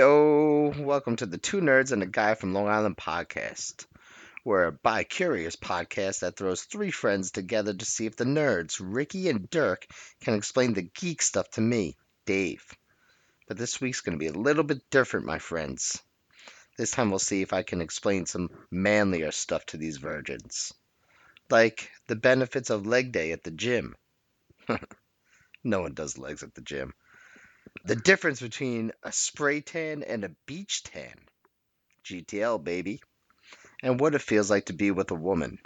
Heyo, welcome to the Two Nerds and a Guy from Long Island podcast. We're a bi curious podcast that throws three friends together to see if the nerds, Ricky and Dirk, can explain the geek stuff to me, Dave. But this week's going to be a little bit different, my friends. This time we'll see if I can explain some manlier stuff to these virgins, like the benefits of leg day at the gym. no one does legs at the gym the difference between a spray tan and a beach tan. GTL, baby. And what it feels like to be with a woman.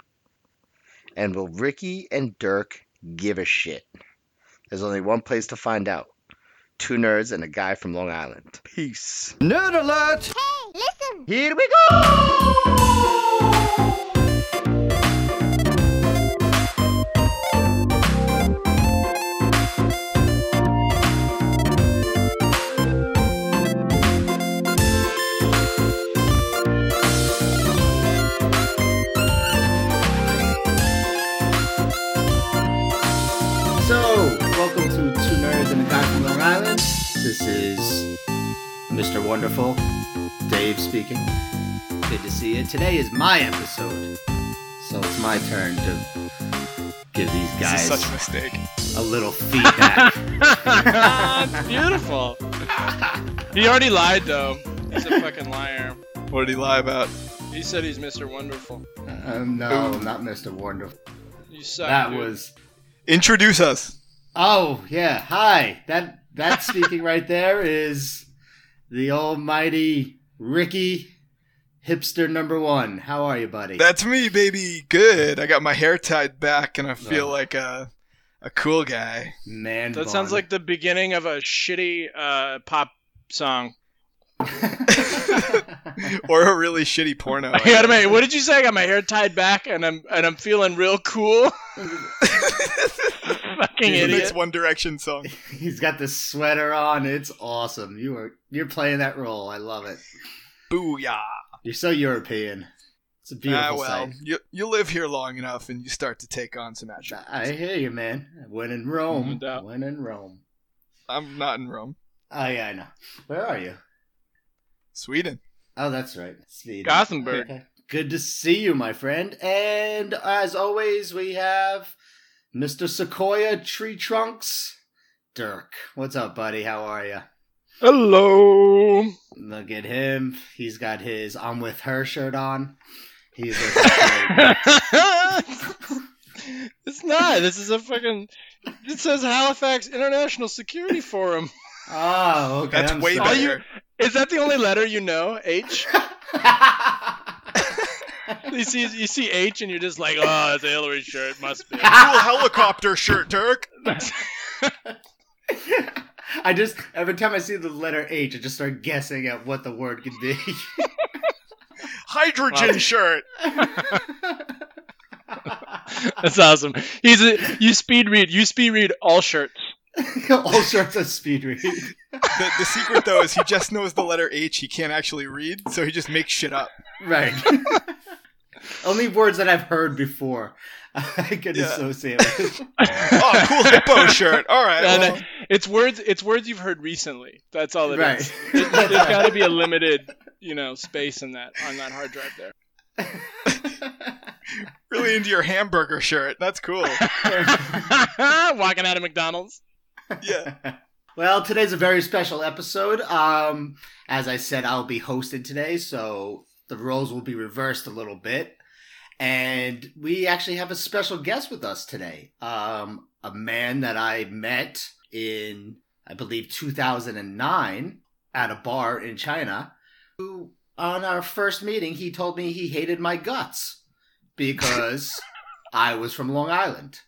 And will Ricky and Dirk give a shit? There's only one place to find out two nerds and a guy from Long Island. Peace. Nerd alert! Hey, listen! Here we go! So, welcome to Two Nerds and a Guy from Long Island. This is Mr. Wonderful, Dave speaking. Good to see you. Today is my episode, so it's my turn to give these This guys is such a mistake. a little feedback. Ah, beautiful. He already lied though. He's a fucking liar. What did he lie about? He said he's Mr. Wonderful. um, no, not Mr. Wonderful. You suck. That dude. was. Introduce us. Oh yeah, hi. That that speaking right there is the almighty Ricky, hipster number one. How are you, buddy? That's me, baby. Good. I got my hair tied back, and I feel No. like a a cool guy. Man, That bun. sounds like the beginning of a shitty uh, pop song. or a really shitty porno. I got my, what did you say? I got my hair tied back and I'm and I'm feeling real cool. fucking the next idiot. One Direction song. He's got the sweater on. It's awesome. You are you're playing that role. I love it. Booyah. You're so European. It's a Ah, beautiful well, sight. you you live here long enough, and you start to take on some attributes. I hear you, man. When in Rome. No doubt. When in Rome. I'm not in Rome, Oh yeah, I know. Where are you? Sweden. Oh, that's right. Sweden. Gothenburg. Okay. Good to see you, my friend. And as always, we have Mr. Sequoia Tree Trunks, Dirk. What's up, buddy? How are you? Hello. Look at him. He's got his "I'm with her" shirt on. He's looking great. it's not. This is a fucking. It says Halifax International Security Forum. oh, okay. That's I'm way sorry. better. Is that the only letter you know? H. You see, you see H, and you're just like, oh, it's a Hillary shirt. Must be. cool helicopter shirt, Turk. I just every time I see the letter H, I just start guessing at what the word could be. Hydrogen Wow. shirt. That's awesome. He's a, you speed read. You speed read all shirts. All sorts of speed read. The, the secret though is he just knows the letter H. He can't actually read, so he just makes shit up. Right. Only words that I've heard before I can Yeah. associate with. Oh, cool hippo shirt. All right. And, well, uh, it's words. It's words you've heard recently. That's all it is. right. It- there's got to be a limited, you know, space in that on that hard drive there. really into your hamburger shirt. That's cool. Walking out of McDonald's. Yeah. well, today's a very special episode. Um, as I said, I'll be hosting today, so the roles will be reversed a little bit. And we actually have a special guest with us today. Um, a man that I met in, I believe, 2009 at a bar in China. Who, on our first meeting, he told me he hated my guts because I was from Long Island.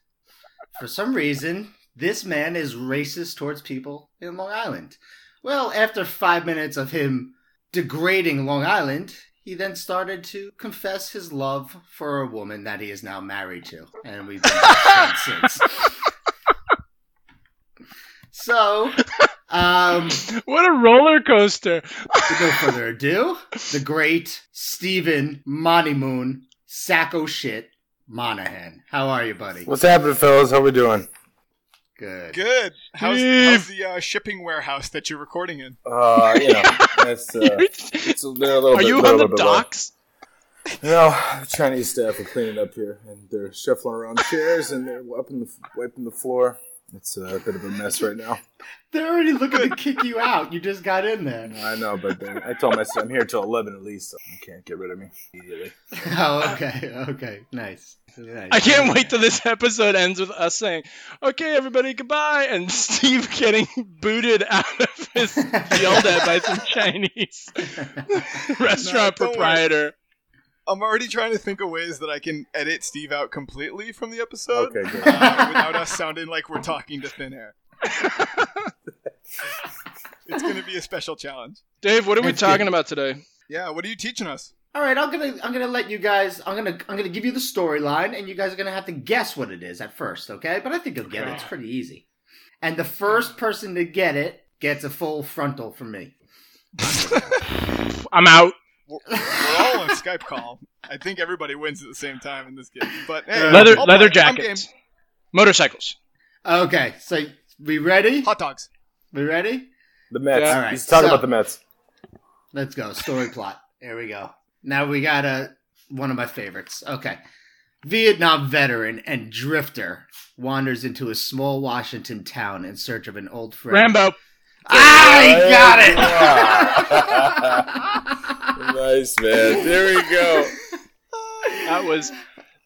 For some reason, this man is racist towards people in Long Island. Well, after five minutes of him degrading Long Island, he then started to confess his love for a woman that he is now married to, and we've been friends since. So, um, What a roller coaster. with no further ado, the great Stephen Monty Moon sack o' shit Monahan. How are you, buddy? What's happening, fellas? How we doing? Good. Good. How's, Steve. how's the uh, shipping warehouse that you're recording in? Uh, you know, it's, uh, it's a little, little Are bit. you little on the bit low. docks? No, the Chinese staff are cleaning up here, and they're shuffling around chairs, and they're wiping the, wiping the floor. It's uh, a bit of a mess right now. They're already looking to kick you out. You just got in there. I know, but then I told myself I'm here till 11 at least, so you can't get rid of me immediately. Oh, okay, okay, nice. nice. I can't wait till this episode ends with us saying, "Okay, everybody, goodbye," and Steve getting booted out of his yelled at by some Chinese restaurant No, don't worry. proprietor. I'm already trying to think of ways that I can edit Steve out completely from the episode Okay, good. uh, without us sounding like we're talking to thin air. it's going to be a special challenge. Dave, what are we That's good. talking about today? Yeah, what are you teaching us? All right, I'm gonna I'm gonna let you guys. I'm gonna I'm gonna give you the storyline, and you guys are gonna have to guess what it is at first, okay? But I think you'll get it. It's pretty easy. And the first person to get it gets a full frontal from me. I'm out. We're all on Skype call. I think everybody wins at the same time in this game. But hey, Leather I'll leather play. Oh, I'm jackets, motorcycles. Okay, so we ready? game. hot dogs. We ready? The Mets. Yeah. All right, He's talking so- about the Mets. Let's go. Story plot. There we go. Now we got a one of my favorites. Okay. Vietnam veteran and drifter wanders into a small Washington town in search of an old friend. Rambo. Ah, he got it. nice, man. There we go. That was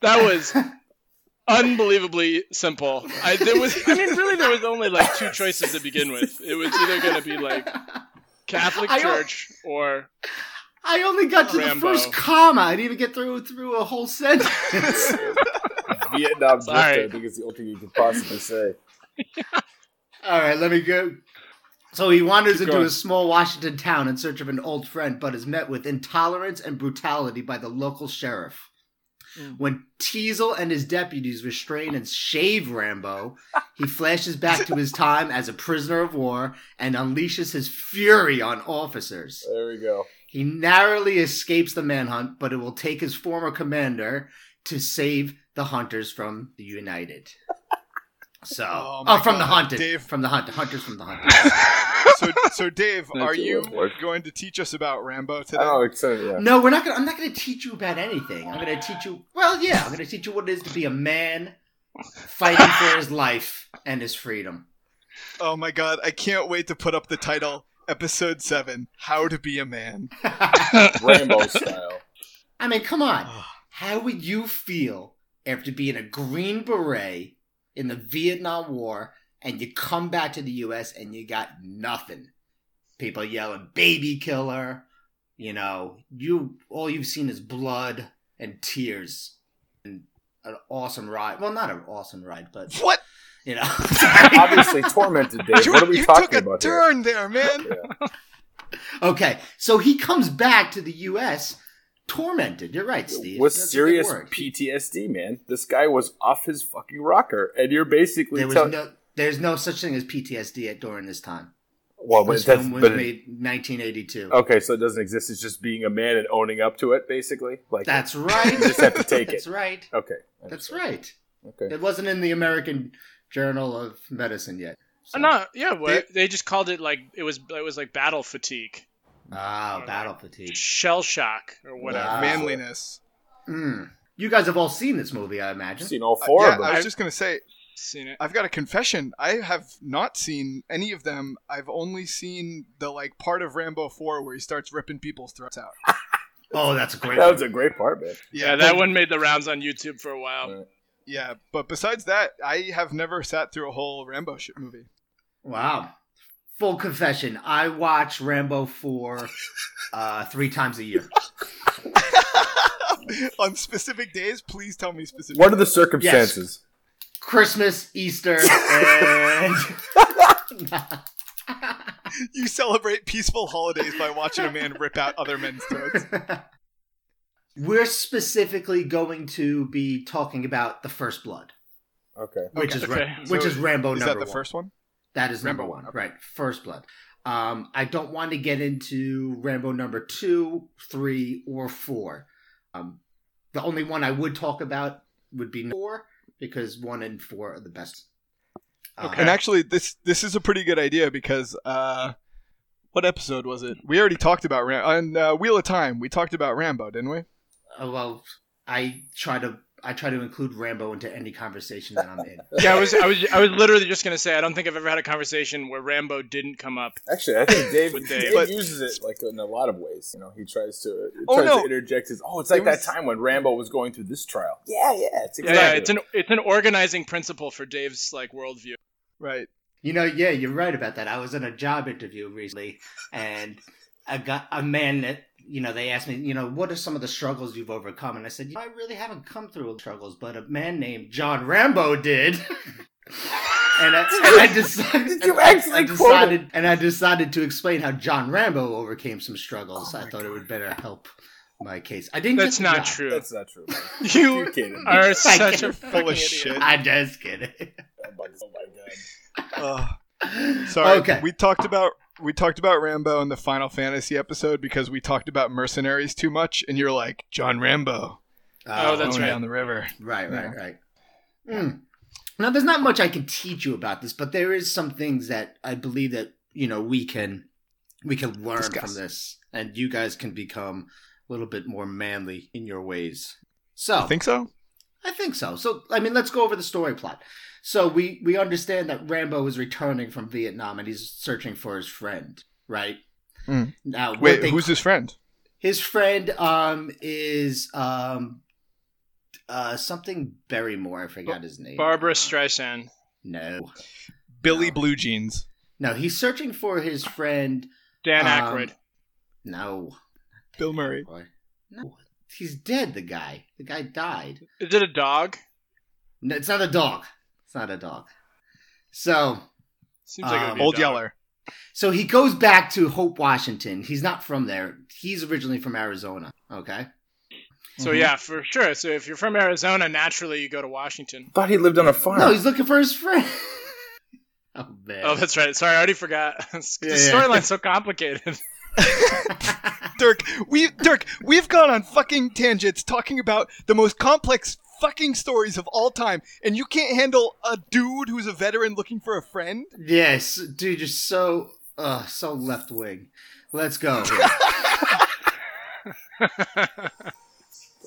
that was unbelievably simple. I there was I mean really there was only like two choices to begin with. It was either going to be like Catholic I don't- Church or I only got to Rambo. the first comma. I didn't even get through through a whole sentence. Vietnam drifter, Sorry. I think it's the only thing you could possibly say. All right, let me go. So he wanders into going. a small Washington town in search of an old friend, but is met with intolerance and brutality by the local sheriff. When Teasel and his deputies restrain and shave Rambo, he flashes back to his time as a prisoner of war and unleashes his fury on officers. There we go. He narrowly escapes the manhunt, but it will take his former commander to save the hunters from the United. So, Oh oh, my from the God, hunted, Dave. from the hunted, hunters from the hunted. So, so Dave, are a you lot of work. going to teach us about Rambo today? Oh, it's uh, yeah. no, we're not gonna. I'm not gonna teach you about anything. I'm gonna teach you. Well, yeah, I'm gonna teach you what it is to be a man fighting for his life and his freedom. Oh my god, I can't wait to put up the title Episode 7 How to Be a Man. Rainbow style. I mean, come on. How would you feel after being a Green Beret in the Vietnam War and you come back to the US and you got nothing? People yelling baby killer, you know, you all you've seen is blood and tears and an awesome ride. Well, not an awesome ride, but What? you know. Obviously tormented, Dave. You, what are we you talking took a about here? turn there, man. okay, so he comes back to the US tormented. You're right, Steve. With That's a good serious word. PTSD, man. This guy was off his fucking rocker, and you're basically There was telling. no, there's no such thing as PTSD at, during this time. well, Oh, but This that's, film was but it- made 1982. okay, so it doesn't exist. It's just being a man and owning up to it, basically. Like That's right. you just have to take That's it. right. Okay, That's right. Okay. It wasn't in the American Journal of Medicine yet. so- Uh, No, yeah, what, they just called it like it was it was like battle fatigue, Ah, battle fatigue. shell shock or whatever. Wow. Manliness. Mm. You guys have all seen this movie, I I've imagine. seen all Uh, four yeah, of them. I was just going to say, Seen it. I've got a confession. I have not seen any of them. I've only seen the like part of Rambo 4 where he starts ripping people's throats out. Oh, that's uh, a great. that was a great part, man. Yeah, that one made the rounds on YouTube for a while. Right. Yeah, but besides that, I have never sat through a whole Rambo shit movie. wow. Full confession. I watch Rambo four uh, three times a year. On specific days, please tell me specific. What are the circumstances? Christmas, Easter, and You celebrate peaceful holidays by watching a man rip out other men's throats. we're specifically going to be talking about the First Blood, Okay. which is Ra- Okay. which So is Rambo Is Oh, number that the one. first one? That is number Rambo one, one, okay. right? First Blood. Um, I don't want to get into Rambo number two, three, or four. Um, the only one I would talk about would be four because one and four are the best. Uh, Okay. And actually, this this is a pretty good idea because uh, What episode was it? We already talked about Ram on uh, Wheel of Time. We talked about Rambo, didn't we? Oh, well, I try to I try to include Rambo into any conversation that I'm in. Yeah, I was, I was, I was literally just gonna say I don't think I've ever had a conversation where Rambo didn't come up. Actually, I think Dave, With Dave. Dave, But- uses it like in a lot of ways. You know, he tries to he Oh, tries no. to interject his. Oh, it's like It that was- time when Rambo was going through this trial. Yeah, yeah, it's Yeah, yeah, it's an it's an organizing principle for Dave's like worldview. Right. You know, yeah, you're right about that. I was in a job interview recently, and I got a man that you know they asked me, you know, what are some of the struggles you've overcome? And I said, I really haven't come through struggles, but a man named John Rambo did. and I, and I decided, Did you I- I actually quote decided, and I decided to explain how John Rambo overcame some struggles. Oh I my thought it God. would better help my case. I didn't. That's get the not job. true. That's not true. man. you You're kidding. are Thank such you. a full of shit. I'm just kidding. Oh my oh my god. Ugh. sorry. Okay. We talked about we talked about Rambo in the Final Fantasy episode because we talked about mercenaries too much, and you're like John Rambo. Oh, Uh, that's going right. Down the river. Right, Yeah. right, right. Mm. Now, there's not much I can teach you about this, but there is some things that I believe that you know we can we can learn Discuss. from this, and you guys can become a little bit more manly in your ways. So Think so? I think so. So I mean, let's go over the story plot. So we we understand that Rambo is returning from Vietnam and he's searching for his friend, right? Mm. Now, what Wait, they- who's his friend? his friend um is um uh something Barrymore. I forgot his name. Barbara Streisand. No. Billy No. Blue Jeans. No, he's searching for his friend. Um, Dan Aykroyd. No. Bill Murray. No. He's dead, the guy. The guy died. Is it a dog? No, it's not a dog. It's not a dog. So Seems like it would Um, be a Old dog. Yeller. so he goes back to Hope, Washington. He's not from there. He's originally from Arizona. Okay. So Mhm. yeah, for sure. So if you're from Arizona, naturally you go to Washington. Thought he lived on a farm. No, he's looking for his friend. oh man. Oh, that's right. Sorry, I already forgot. This Yeah, yeah. storyline's so complicated. Dirk, we Dirk, we've gone on fucking tangents talking about the most complex fucking stories of all time, and you can't handle a dude who's a veteran looking for a friend. yes, dude, you're so uh so left wing. Let's go. here.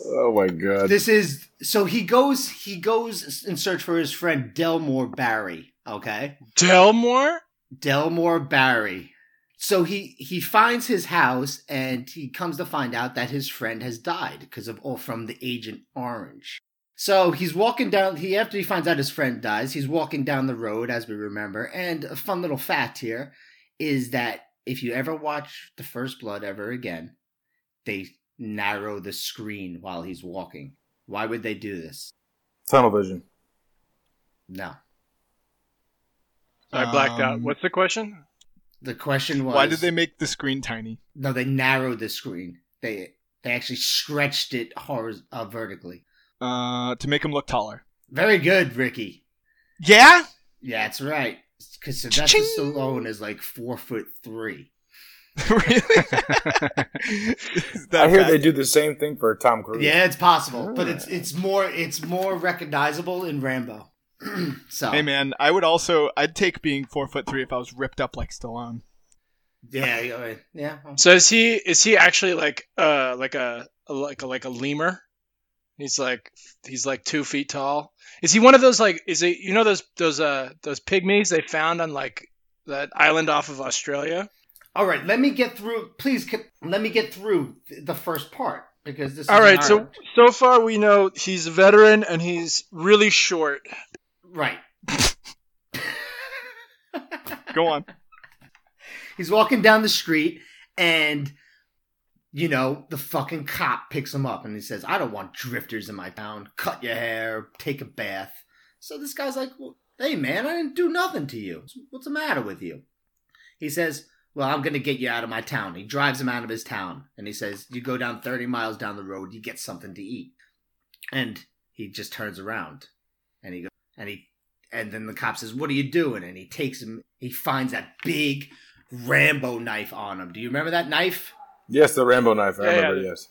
Oh my god. this is so he goes he goes in search for his friend Delmore Barry. Okay. Delmore? Delmore Barry. So he he finds his house and he comes to find out that his friend has died because of all from the agent Orange. So he's walking down he after he finds out his friend dies, he's walking down the road as we remember. And a fun little fact here is that if you ever watch The First Blood ever again, they narrow the screen while he's walking. Why would they do this? Tunnel vision. No. I blacked out. Um, What's the question? The question was Why did they make the screen tiny? No, they narrowed the screen. They they actually stretched it horiz- uh, vertically. Uh, to make him look taller. Very good, Ricky. Yeah. Yeah, that's right. Because Sylvester Cha-ching! Stallone is like four foot three. really? I hear they do the same thing for Tom Cruise. Yeah, it's possible, but it's it's more it's more recognizable in Rambo. so Hey man, I would also I'd take being four foot three if I was ripped up like Stallone. yeah, you're right. yeah. So is he is he actually like uh like a, a like a like a lemur? He's like he's like two feet tall. Is he one of those like is he you know those those uh those pygmies they found on like that island off of Australia? All right, let me get through. Please, c- let me get through th- the first part because this. All is right, an so art. so far we know he's a veteran and he's really short. right. Go on. He's walking down the street and you know, the fucking cop picks him up and he says, I don't want drifters in my town. Cut your hair, take a bath. So this guy's like, well, Hey man, I didn't do nothing to you. What's the matter with you? He says, Well, I'm gonna get you out of my town. He drives him out of his town and he says, You go down thirty miles down the road, you get something to eat. And he just turns around and he goes and he and then the cop says, What are you doing? And he takes him he finds that big Rambo knife on him. Do you remember that knife? Yes, the Rambo knife. I Yeah, yeah. remember. Yes,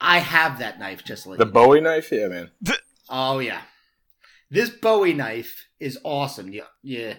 I have that knife, just like the Bowie knife. Yeah, man. oh yeah, this Bowie knife is awesome. Yeah, yeah.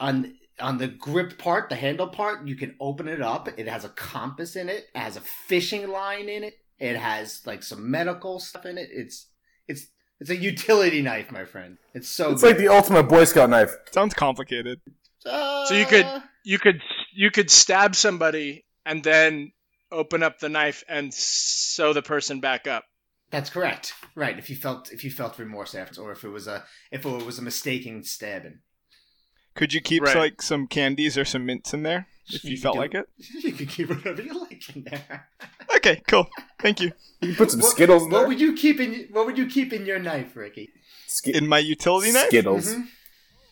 On on the grip part, the handle part, you can open it up. It has a compass in it. It has a fishing line in it. It has like some medical stuff in it. It's it's it's a utility knife, my friend. It's so It's like the ultimate Boy Scout knife. Sounds complicated. Uh, So you could- You could you could stab somebody and then open up the knife and sew the person back up. That's correct. Right. If you felt if you felt remorse after, or if it was a if it was a mistaken stabbing, Could you keep Right. like some candies or some mints in there if you, You felt do- like it? you could keep whatever you like in there. Okay, cool. Thank you. You can put some What- Skittles in What there. would you keep in What would you keep in your knife, Ricky? Ski- In my utility knife. Skittles. Mhm.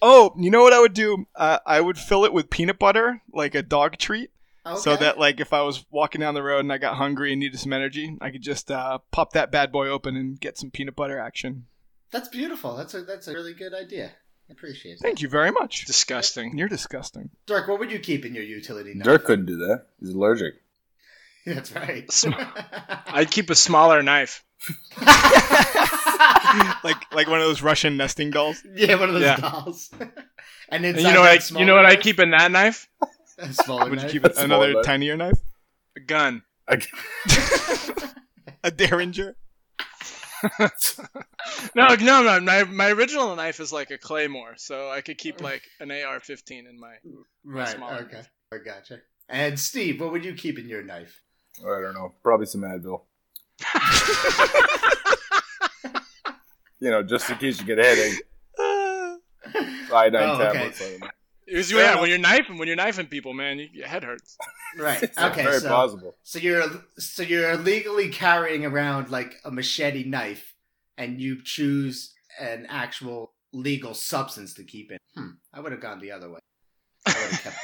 Oh, you know what I would do? Uh, I would fill it with peanut butter, like a dog treat, so Okay. that like if I was walking down the road and I got hungry and needed some energy, I could just uh, pop that bad boy open and get some peanut butter action. that's beautiful. That's a that's a really good idea. I appreciate it. Thank you very much. Disgusting. You're disgusting. Dirk, what would you keep in your utility knife? Dirk couldn't do that. He's allergic. That's right. Sm- I'd keep a smaller knife. Like like one of those Russian nesting dolls. yeah, one of those Yeah. dolls. and And inside you know that what I, smaller you know what I knife- keep in that knife? A smaller Would you knife. keep That's another smaller. tinier knife? A gun. A derringer? No, no, no. My my original knife is like a claymore, so I could keep like an AR-15 in my. right. smaller Okay. I gotcha. And Steve, what would you keep in your knife? I don't know. Probably some Advil. You know, just in case you get a headache. Uh, Iodine Oh, okay. tablets. I don't know. It was- Fair yeah, enough. when you're knifing, when you're knifing people, man, you, your head hurts. Right. It's Okay. Very so, plausible. so you're so you're legally carrying around like a machete knife, and you choose an actual legal substance to keep it. Hmm. I would have gone the other way. I would have kept.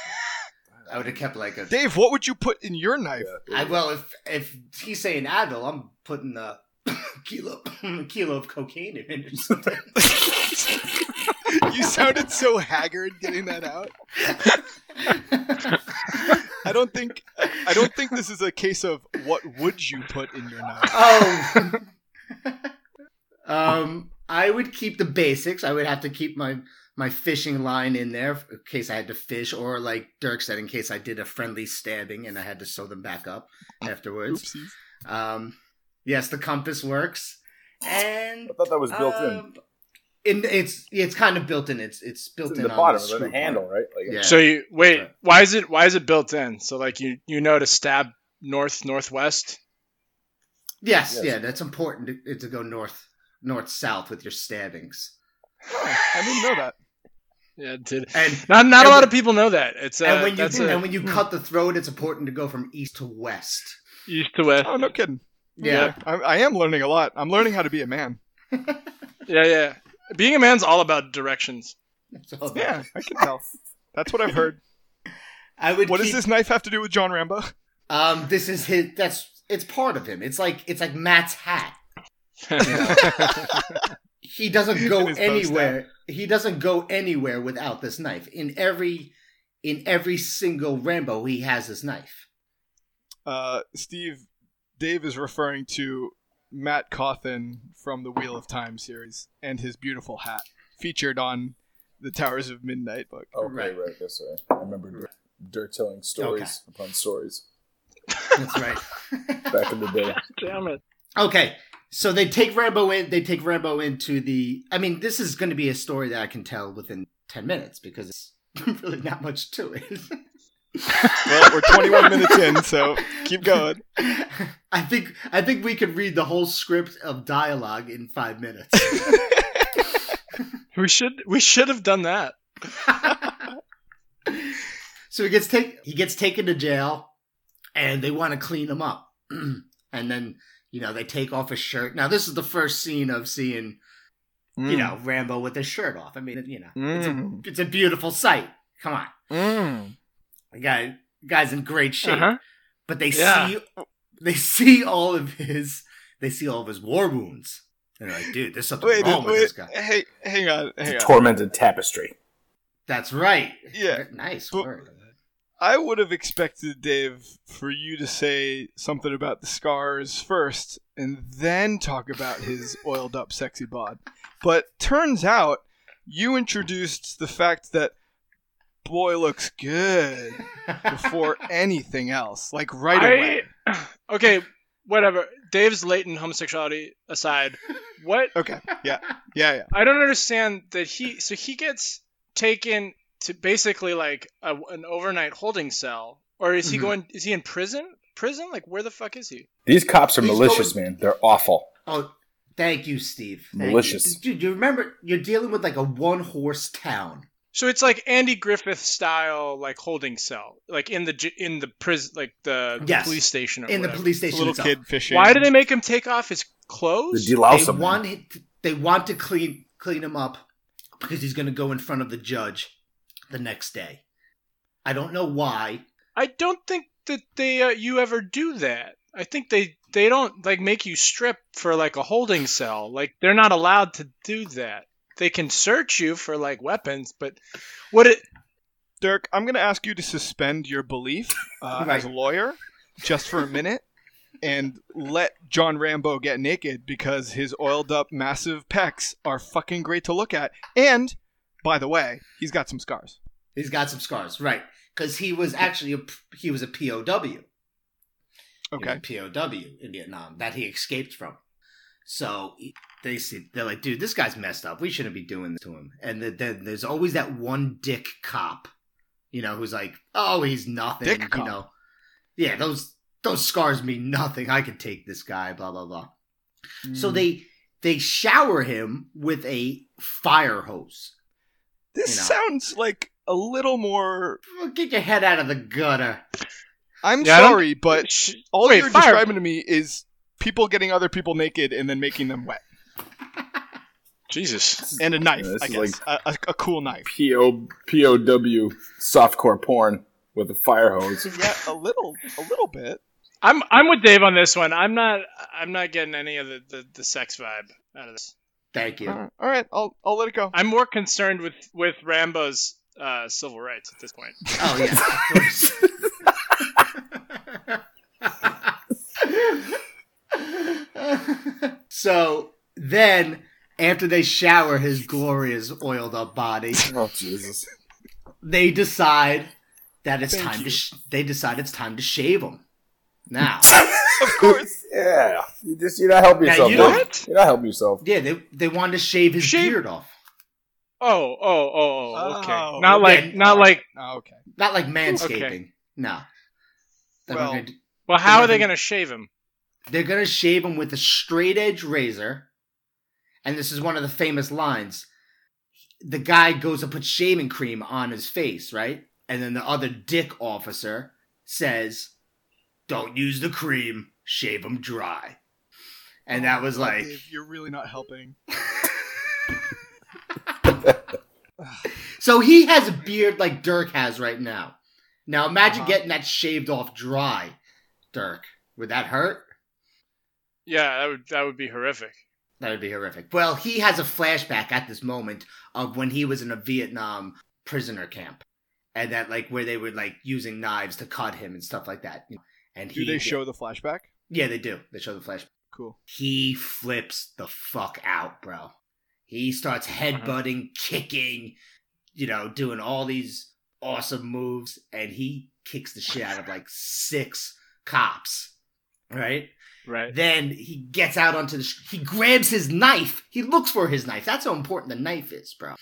I would have kept like a. Dave, what would you put in your knife? I, well, if if he's saying Advil, I'm putting a kilo kilo of cocaine in it or something. you sounded so haggard getting that out. I don't think I don't think this is a case of what would you put in your knife. oh. um, I would keep the basics. I would have to keep my my fishing line in there in case I had to fish, or like Dirk said, in case I did a friendly stabbing and I had to sew them back up afterwards. Oopsies. Um, yes, the compass works, and I thought that was built in. um, in. it's it's kind of built in. It's it's built It's in, in the on bottom, the and then screw the handle, right? Like, Yeah. So you wait. right. Why is it why is it built in? So like you you know to stab north northwest. Yes, Yes. yeah, that's important to, to go north, north, south with your stabbings. I didn't know that. Yeah, dude. And Not not a And lot when- of people know that. It's uh, and when you that's a- and when you cut the throat, it's important to go from east to west. east to west. Oh, no kidding. Yeah, I, I am learning a lot. I'm learning how to be a man. Yeah, yeah. Being a man's all about directions. That's all about it. Yeah, I can tell. That's what I've heard. I would. What keep, does this knife have to do with John Rambo? Um, this is his. That's it's part of him. It's like it's like Matt's hat. He doesn't go In his bow anywhere. He doesn't go anywhere without this knife. In every, in every single Rambo, he has his knife. Uh, Steve, Dave is referring to Matt Coffin from the Wheel of Time series and his beautiful hat featured on the Towers of Midnight book. oh, okay, Right. right. That's right. I remember Dirk- Dirk telling stories upon stories That's right. back in the day. Damn it. Okay. So they take Rambo in. They take Rambo into the. I mean, this is going to be a story that I can tell within ten minutes because it's really not much to it. Well, we're 21 minutes in, so keep going. I think I think we could read the whole script of dialogue in five minutes. We should we should have done that. so he gets take he gets taken to jail, and they want to clean him up, and then you know they take off his shirt. Now this is the first scene of seeing you know Rambo with his shirt off. I mean you know it's a Mm. it's a beautiful sight. Come on, Mm. the guy guy's in great shape. Uh-huh. But they Yeah. see they see all of his they see all of his war wounds. And they're like, dude, there's something Wait, wrong with wait, this guy. hey, hang on, hang on. tormented tapestry. That's right. Yeah. Nice But- word. I would have expected, Dave, for you to say something about the scars first and then talk about his oiled up sexy bod. But turns out you introduced the fact that boy looks good before anything else. Like right I- away. Okay, whatever. Dave's latent homosexuality aside, what Okay. Yeah. Yeah. Yeah. I don't understand that he so he gets taken to basically like a, an overnight holding cell, or is he Mm-hmm. Mhm. going? Is he in prison? Prison? Like where the fuck is he? These cops are Please malicious, man. They're awful. Oh, thank you, Steve. Thank you. Malicious. Dude, you remember you're dealing with like a one horse town. So it's like Andy Griffith style, like holding cell, like in the j- in the prison, like the Yes. police station. Or in the whatever. police station. Little itself. kid fishing. Why do they make him take off his clothes? They They delouse them. man. want it- they want to clean clean him up because he's going to go in front of the judge the next day. I don't know why. I don't think that they uh, you ever do that. I think they they don't like make you strip for like a holding cell. Like they're not allowed to do that. They can search you for like weapons, but what it Dirk, I'm going to ask you to suspend your belief uh, Right. as a lawyer just for a minute and let John Rambo get naked because his oiled up massive pecs are fucking great to look at. And, by the way, he's got some scars. He's got some scars, right? Because he was actually a, he was a POW. Okay. He was a POW in Vietnam that he escaped from. So he- they see, they're like, dude, this guy's messed up. We shouldn't be doing this to him. And then then there's always that one dick cop, you know, who's like, oh, he's nothing. Dick you cop. know, yeah, those those scars mean nothing. I can take this guy. Blah blah blah. Mm. So Mm. they they shower him with a fire hose. This you know. sounds like a little more. Well, get your head out of the gutter. I'm Yeah, I don't- sorry, but sh- all Wait, you're fire- describing to me is people getting other people naked and then making them wet. Jesus. And a knife, Yeah, this I is guess. A, a, a cool knife. PO, POW softcore porn with a fire hose. Yeah, a little, a little bit. I'm I'm with Dave on this one. I'm not I'm not getting any of the, the, the sex vibe out of this. Thank you. All right, all right, I'll I'll let it go. I'm more concerned with with Rambo's uh, civil rights at this point. Oh yeah, of course. so then, after they shower his glorious oiled up body, Oh Jesus! they decide that it's Thank time you. to. Sh- they decide it's time to shave him. Now, Of course. Yeah, you just you're not helping Now, yourself. you man. don't- You're not helping yourself. yeah, they they wanted to shave his Shave- beard off, Oh oh oh oh okay. Oh, not like yeah. not like. Oh, okay. not like manscaping. No, they're, Well- gonna, Well, how are they Mhm. gonna shave him? they're gonna shave him with a straight edge razor, and this is one of the famous lines. The guy goes to put shaving cream on his face, right? And then the other dick officer says, "Don't use the cream. Shave him dry." And that was like, Dave, you're really not helping. so he has a beard like Dirk has right now. Now imagine Uh-huh. getting that shaved off dry, Dirk. Would that hurt? Yeah, that would that would be horrific. That would be horrific. Well, he has a flashback at this moment of when he was in a Vietnam prisoner camp, and that like where they were like using knives to cut him and stuff like that. And Do he they show the flashback? Yeah, they do. They show the flashback. Cool. He flips the fuck out, bro. He starts Uh-huh. headbutting, kicking, you know, doing all these awesome moves, and he kicks the shit out of like six cops. Right? Right. Then he gets out onto the. str- He grabs his knife. He looks for his knife. That's how important the knife is, bro.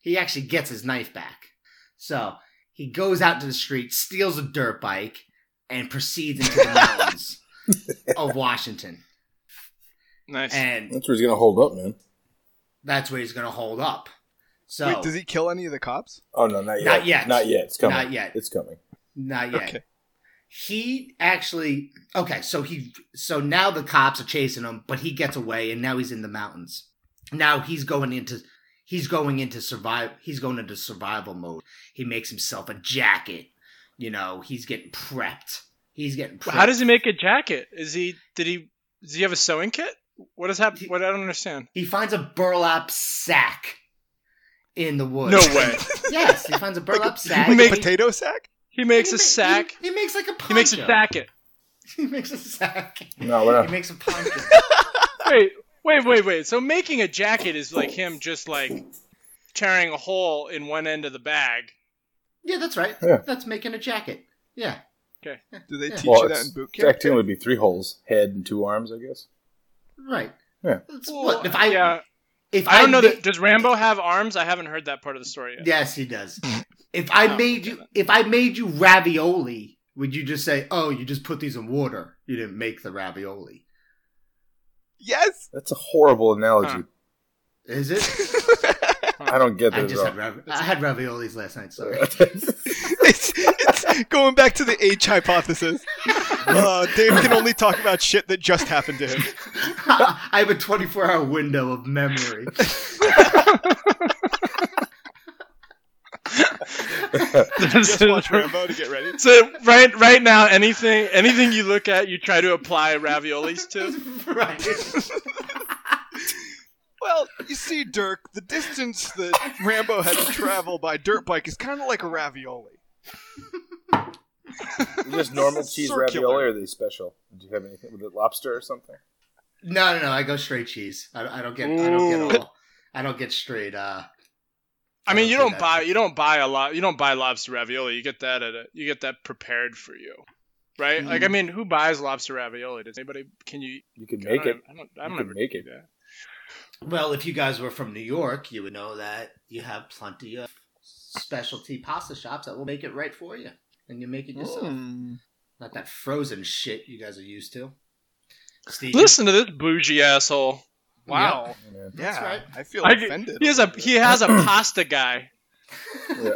He actually gets his knife back. So he goes out to the street, steals a dirt bike, and proceeds into the mountains of Washington. Nice. And That's where he's gonna hold up, man. that's where he's going to hold up. So Wait, does he kill any of the cops? Oh no, not yet. Not yet. Not yet. It's coming. Not yet. It's coming. not yet. Okay. He actually okay, so he so now the cops are chasing him, but he gets away and now he's in the mountains. Now he's going into he's going into survive he's going into survival mode. He makes himself a jacket. You know, he's getting prepped. He's getting prepped. How does he make a jacket? Is he did he does he have a sewing kit? What is happening? He- What I don't understand. he finds a burlap sack in the woods. No way. Yes, he finds a burlap sack. Like Make- a potato sack? He He makes ma- a sack. He, he makes like a poncho. He makes a jacket. He makes a sack. No, we're He not. makes a poncho. Wait, wait, wait, wait. So making a jacket is like him just like tearing a hole in one end of the bag Yeah, that's right. Yeah. That's making a jacket. Yeah. Do they teach Well, you that it's- in boot camp? Jack Team would be three holes, head and two arms, I guess. Right. Yeah. That's Well, what if I yeah, if I don't know. ma- That, does Rambo have arms? I haven't heard that part of the story yet. Yes, he does. Hmm. If I Oh, made you if I made you ravioli, would you just say, "Oh, you just put these in water. You didn't make the ravioli." Yes. That's a horrible analogy. Is it? I don't get I that just had at all. rav- I had raviolis last night, sorry. it's, it's going back to the age hypothesis. Uh, Dave can only talk about shit that just happened to him. I have a 24-hour window of memory. Just watch Rambo to get ready. so right right now, anything anything you look at, you try to apply raviolis to. right. Well, you see, Dirk, the distance that Rambo had to travel by dirt bike is kind of like a ravioli. just normal cheese Circular. ravioli, or are they special? Do you have anything with it, lobster or something? No, no, no. I go straight cheese. I, I don't get I don't get all I don't get straight uh I mean, I you don't don't do that. buy you don't buy a lot. You don't buy lobster ravioli. You get that at a, you get that prepared for you, right? Like I mean, who buys lobster ravioli? Does anybody? Can you You could I make don't, it. I don't. I You don't could ever make do it. that. Well, if you guys were from New York, you would know that you have plenty of specialty pasta shops that will make it right for you. And you make it yourself. Hmm. Not that frozen shit you guys are used to. Steve. Listen to this bougie asshole. Wow. Yeah. Yeah, That's right. I feel I- offended. He has a he has a pasta guy. Yeah.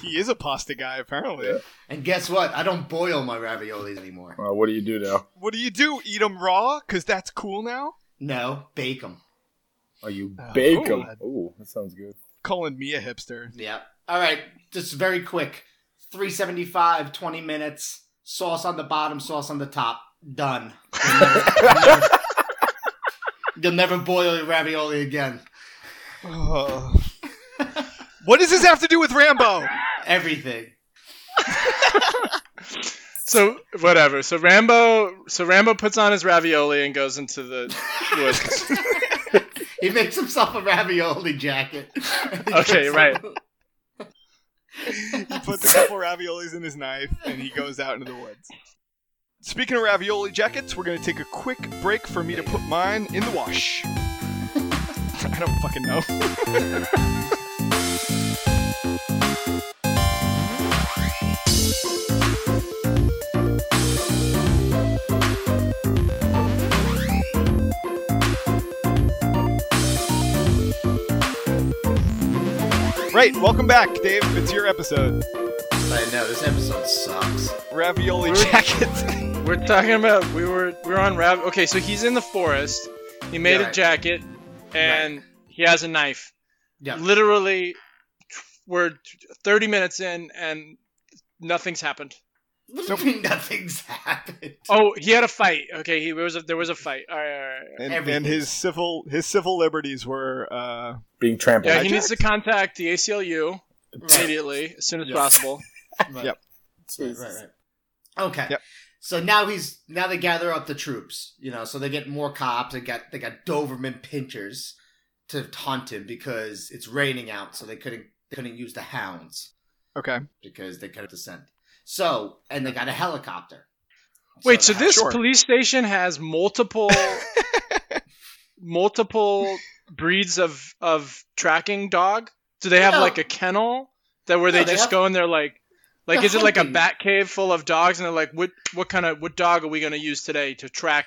He is a pasta guy, apparently. Yeah. And guess what? I don't boil my raviolis anymore. well, what do you do now? What do you do? Eat them raw? Because that's cool now? No, bake them. Oh, you Oh, bake cool. them. Ooh, that sounds good. Calling me a hipster. Yeah. All right. Just very quick. 375, 20 minutes. Sauce on the bottom, sauce on the top. Done. You'll never, you'll never- you'll never boil your ravioli again. Ugh. what does this have to do with Rambo? Everything. So whatever. So Rambo so Rambo puts on his ravioli and goes into the woods. He makes himself a ravioli jacket. Okay, right. He puts a couple raviolis in his knife and he goes out into the woods. Speaking of ravioli jackets, we're going to take a quick break for me to put mine in the wash. I don't fucking know. Right, welcome back, Dave. It's your episode. I know this episode sucks. Ravioli We're- jackets. We're talking about we were we were on rav. Okay, so he's in the forest. He made Right. a jacket, and he has a knife. Yeah. Literally, we're 30 minutes in, and nothing's happened. What do you mean nothing's happened? Oh, he had a fight. Okay, he there was a, there was a fight. All right, all right, all right. and, Everything. and his civil his civil liberties were uh, Being trampled. Yeah, he needs to contact the ACLU Right, immediately as soon as Yeah. possible. right, Yep. right, Jesus. right, right. Okay. Yep. So now he's now they gather up the troops. You know, so they get more cops. They got they got Doberman pinchers to taunt him because it's raining out, so they couldn't they couldn't use the hounds okay. because they couldn't descend. So and they got a helicopter. Wait, so the- this sure. police station has multiple multiple breeds of of tracking dog? Do they have No. like a kennel that where No, they they just have- go and they're like like They're is it like a hunting. bat cave full of dogs and they're like what what kind of what dog are we going to use today to track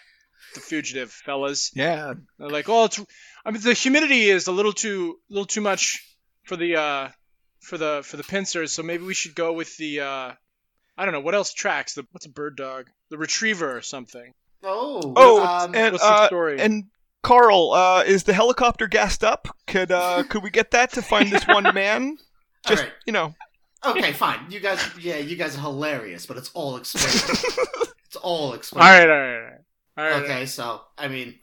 the fugitive fellas? Yeah, They're like, "Oh, it's I mean the humidity is a little too little too much for the uh for the for the pincers, so maybe we should go with the uh I don't know, what else tracks? The what's a bird dog? The retriever or something. Oh, Oh, um, and- What's the uh, story? And Carl, uh, is the helicopter gassed up? Could uh, could we get that to find this one all man? Just right. you know, Okay, fine. You guys, yeah, you guys are hilarious, but it's all explained. it's all all explained. right, all right, all right. All right. Okay, so I mean,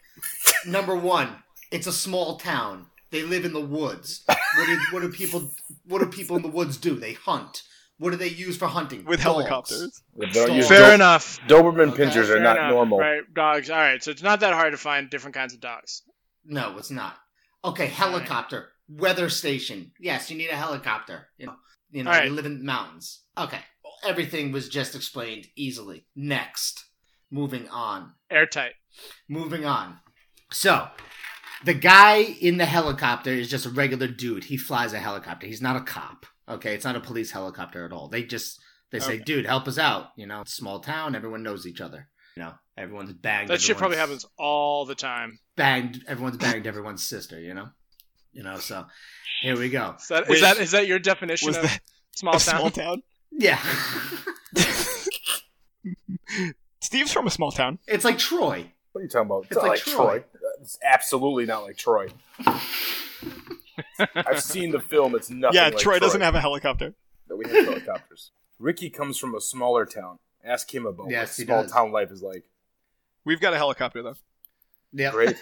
number one, it's a small town. They live in the woods. What do what do people what do people in the woods do? They hunt. What do they use for hunting? Dogs. with helicopters. They don't Fair use Fair Do- enough. Doberman Okay, pinchers Fair are not enough. normal. Right, dogs. All right, so it's not that hard to find different kinds of dogs. No, it's not. Okay, helicopter, weather station. Yes, you need a helicopter. You know, You know, All they right. live in the mountains. Okay. Everything was just explained easily. Next. Moving on. Airtight. Moving on. So, the guy in the helicopter is just a regular dude. He flies a helicopter. He's not a cop. Okay, it's not a police helicopter at all. They just they say, "Dude, help us out." You know, small town. Everyone knows each other. You know, everyone's banged. That shit probably everyone's- happens all the time. Banged. Everyone's banged everyone's sister. You know. You know. So, here we go. Is that, Wait, is that is that your definition was of that small a town? small town? Yeah, Steve's from a small town. it's like Troy. What are you talking about? It's like Troy. It's absolutely not like Troy. I've seen the film. It's nothing. yeah, like Troy doesn't have a helicopter. That we have helicopters. Ricky comes from a smaller town. Ask him about Yes, he what small does. town life is like. We've got a helicopter though. Yeah. Great.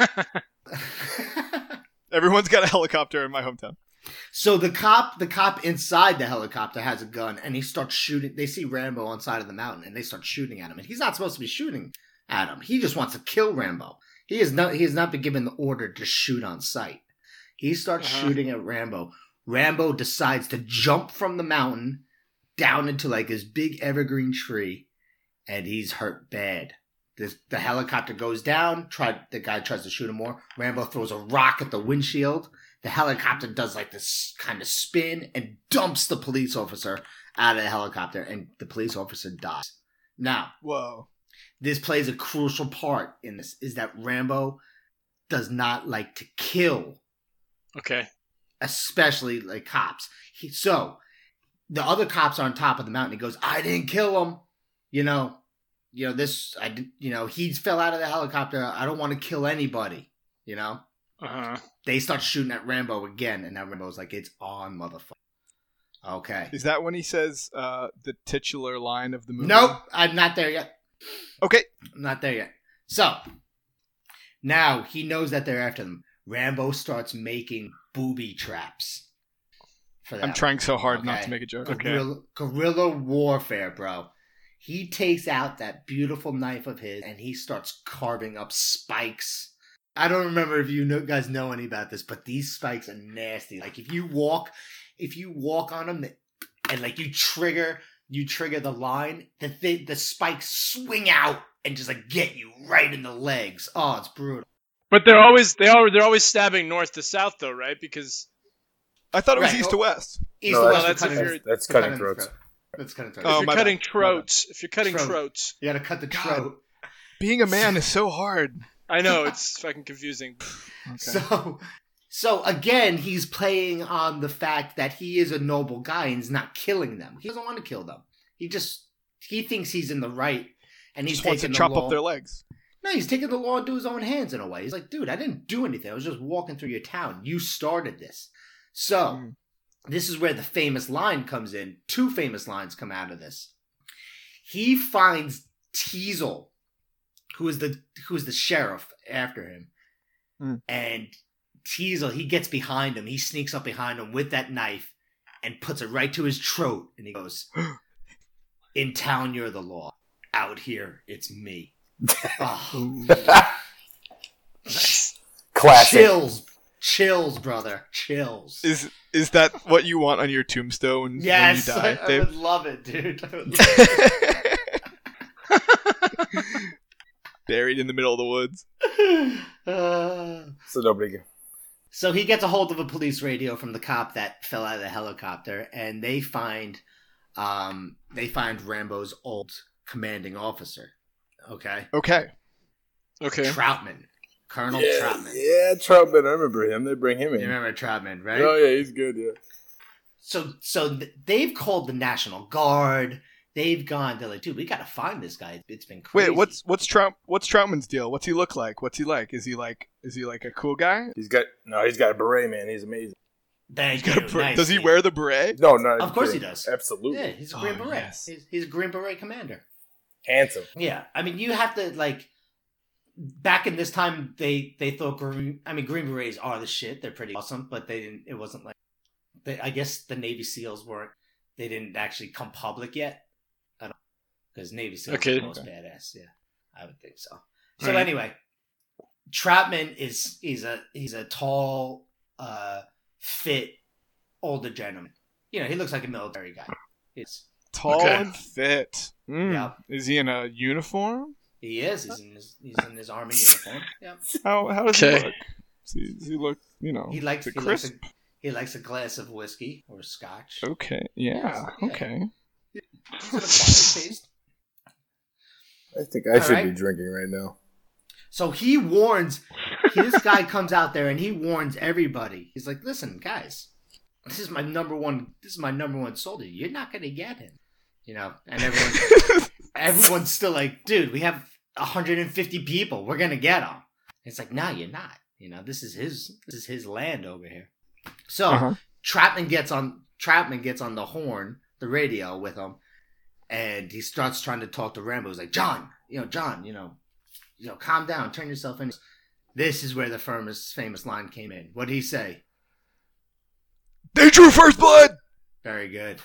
Everyone's got a helicopter in my hometown. So the cop, the cop inside the helicopter has a gun, and he starts shooting. They see Rambo on the side of the mountain, and they start shooting at him. And he's not supposed to be shooting at him. He just wants to kill Rambo. He is not. He has not been given the order to shoot on sight. He starts Uh-huh. shooting at Rambo. Rambo decides to jump from the mountain down into like this big evergreen tree, and he's hurt bad. The, the helicopter goes down. Try the guy tries to shoot him more. Rambo throws a rock at the windshield. The helicopter does like this kind of spin and dumps the police officer out of the helicopter, and the police officer dies. Now, Whoa. this plays a crucial part in this is that Rambo does not like to kill, Okay. especially like cops. He, so the other cops are on top of the mountain. He goes, "I didn't kill him," you know. You know this. I did- you know he fell out of the helicopter. I don't want to kill anybody. You know Uh huh. they start shooting at Rambo again, and now Rambo's like, "It's on, motherfucker." Okay. Is that when he says uh, the titular line of the movie? Nope, I'm not there yet. Okay. I'm not there yet. So now he knows that they're after them. Rambo starts making booby traps. For I'm them. trying so hard not Okay. to make a joke. Guerrilla, guerrilla warfare, bro. He takes out that beautiful knife of his and he starts carving up spikes. I don't remember if you know, guys know any about this, but these spikes are nasty. Like if you walk, if you walk on them and like you trigger, you trigger the line, the thi- the spikes swing out and just like get you right in the legs. Oh, it's brutal. But they're always they are they're always stabbing north to south though, right? Because I thought it was Right. east to west. East No, to that's- west, that's we're if cutting- you're- That's, that's we're cutting the throats. throat. That's cutting throats. if Oh, you're my cutting bad. My bad. troats, if you're cutting Throat. troats, You gotta cut the God. throat. Being a man is so hard. I know it's fucking confusing. Okay. So, so again, he's playing on the fact that he is a noble guy and he's not killing them. He doesn't want to kill them. He just he thinks he's in the right, and he's just wants to taking the chop law- up their legs. No, he's taking the law into his own hands in a way. He's like, dude, I didn't do anything. I was just walking through your town. You started this. So, Mm. this is where the famous line comes in. Two famous lines come out of this. He finds Teasel, who is the who is the sheriff after him. Mm. And Teasel, he gets behind him. He sneaks up behind him with that knife and puts it right to his throat and he goes, "In town you're the law. Out here it's me." oh, Classic. chills. Chills, brother. Chills. Is is that what you want on your tombstone Yes, when you I, die, I Dave? would love it, dude. I would love Buried in the middle of the woods. it. Uh, So nobody. so he gets a hold of a police radio from the cop that fell out of the helicopter, and they find, um, they find Rambo's old commanding officer, okay, Okay. Okay. Troutman, Colonel Yeah, Troutman. yeah, Troutman. I remember him. They bring him You in. remember Troutman, right? Oh yeah, he's good. Yeah. So, so th- they've called the National Guard. They've gone. They're like, dude, we gotta find this guy. It's been Wait, crazy. what's what's Trout what's Troutman's deal? What's he look like? What's he like? Is he like is he like a cool guy? He's got no. He's got a beret, man. He's amazing. Thank Got a you. beret. Nice, Does he dude. wear the beret? No, no. Of course he does. Absolutely. Yeah, he's a Oh, Green Beret. yes. He's, he's a Green Beret commander. Handsome. Yeah, I mean, you have to like. Back in this time, they they thought green. I mean, Green Berets are the shit. They're pretty awesome, but they didn't. It wasn't like. They, I guess the Navy SEALs weren't. They didn't actually come public yet. I don't because Navy SEALs Okay. are the most Okay. badass. Yeah, I would think so. All So right. anyway, Troutman is he's a he's a tall, uh, fit, older gentleman. you know, he looks like a military guy. It's, Tall Okay. and fit. Mm. Yeah. Is he in a uniform? he is. He's in his, he's in his army uniform. Yep. How how does he Okay. look? Does he, does he look, you know, He likes Oh, the he likes, a, crisp? Oh. he likes a glass of whiskey or scotch. Okay. Yeah. Yeah. Okay. He's an acquired taste. I think I All should right. be drinking right now. So he warns. he- this guy comes out there and he warns everybody. He's like, "Listen, guys, this is my number one. This is my number one soldier. You're not gonna get him." You know, and everyone, everyone's still like, "Dude, we have 150 people. We're gonna get him." It's like, "No, you're not. You know, this is his. This is his land over here." So Uh-huh. Trapman gets on. Trapman gets on the horn, the radio with him, and he starts trying to talk to Rambo. He's like, "John, you know, John, you know, you know, calm down, turn yourself in." This is where the famous famous line came in. What did he say? They drew first blood. Very good.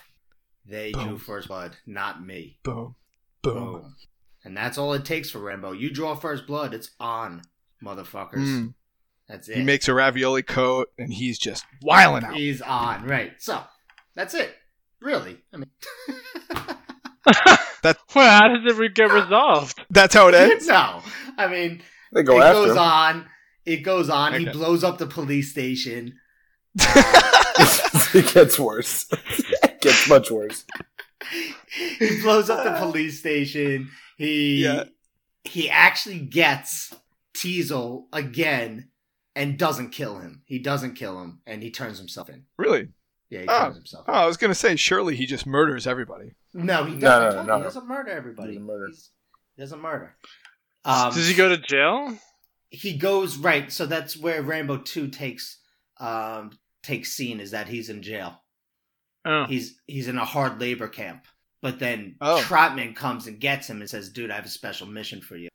They drew Boom. first blood, not me. Boom. Boom. Boom. And that's all it takes for Rambo. You draw first blood, it's on, motherfuckers. Mm. That's He it. makes a ravioli coat and he's just wiling out. He's on, right? So that's it. Really, I mean, That well, how does it re- get resolved? That's how it ends. no, I mean. They go it after goes him. on. It goes on. He Okay. blows up the police station. it gets worse. it gets much worse. he blows up the police station. He Yeah. he actually gets Teasel again and doesn't kill him. He doesn't kill him and he turns himself in. really? Yeah, he Oh. turns himself Oh, I was gonna say surely he just murders everybody. in. No, he No, doesn't. no, no, no. He doesn't murder everybody. He doesn't murder. He's- he doesn't murder. Um, Does he go to jail? he goes right. So that's where Rambo Two takes um, takes scene is that he's in jail. Oh, he's he's in a hard labor camp. But then Oh. Trotman comes and gets him and says, "Dude, I have a special mission for you,"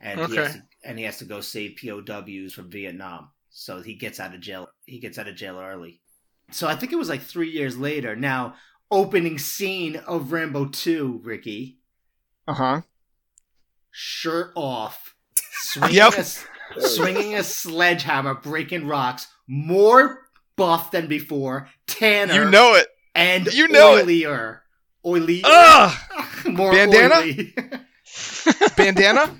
and he has Okay. to, and he has to go save POWs from Vietnam. So he gets out of jail. He gets out of jail early. So I think it was like three years later. Now, opening scene of Rambo Two, Ricky, Uh huh. shirt off, swinging Yep. a s- swinging a sledgehammer, breaking rocks, more buff than before, tanner You know it. and You know it. oilier, oily, Ugh. more Bandana? oily. Bandana.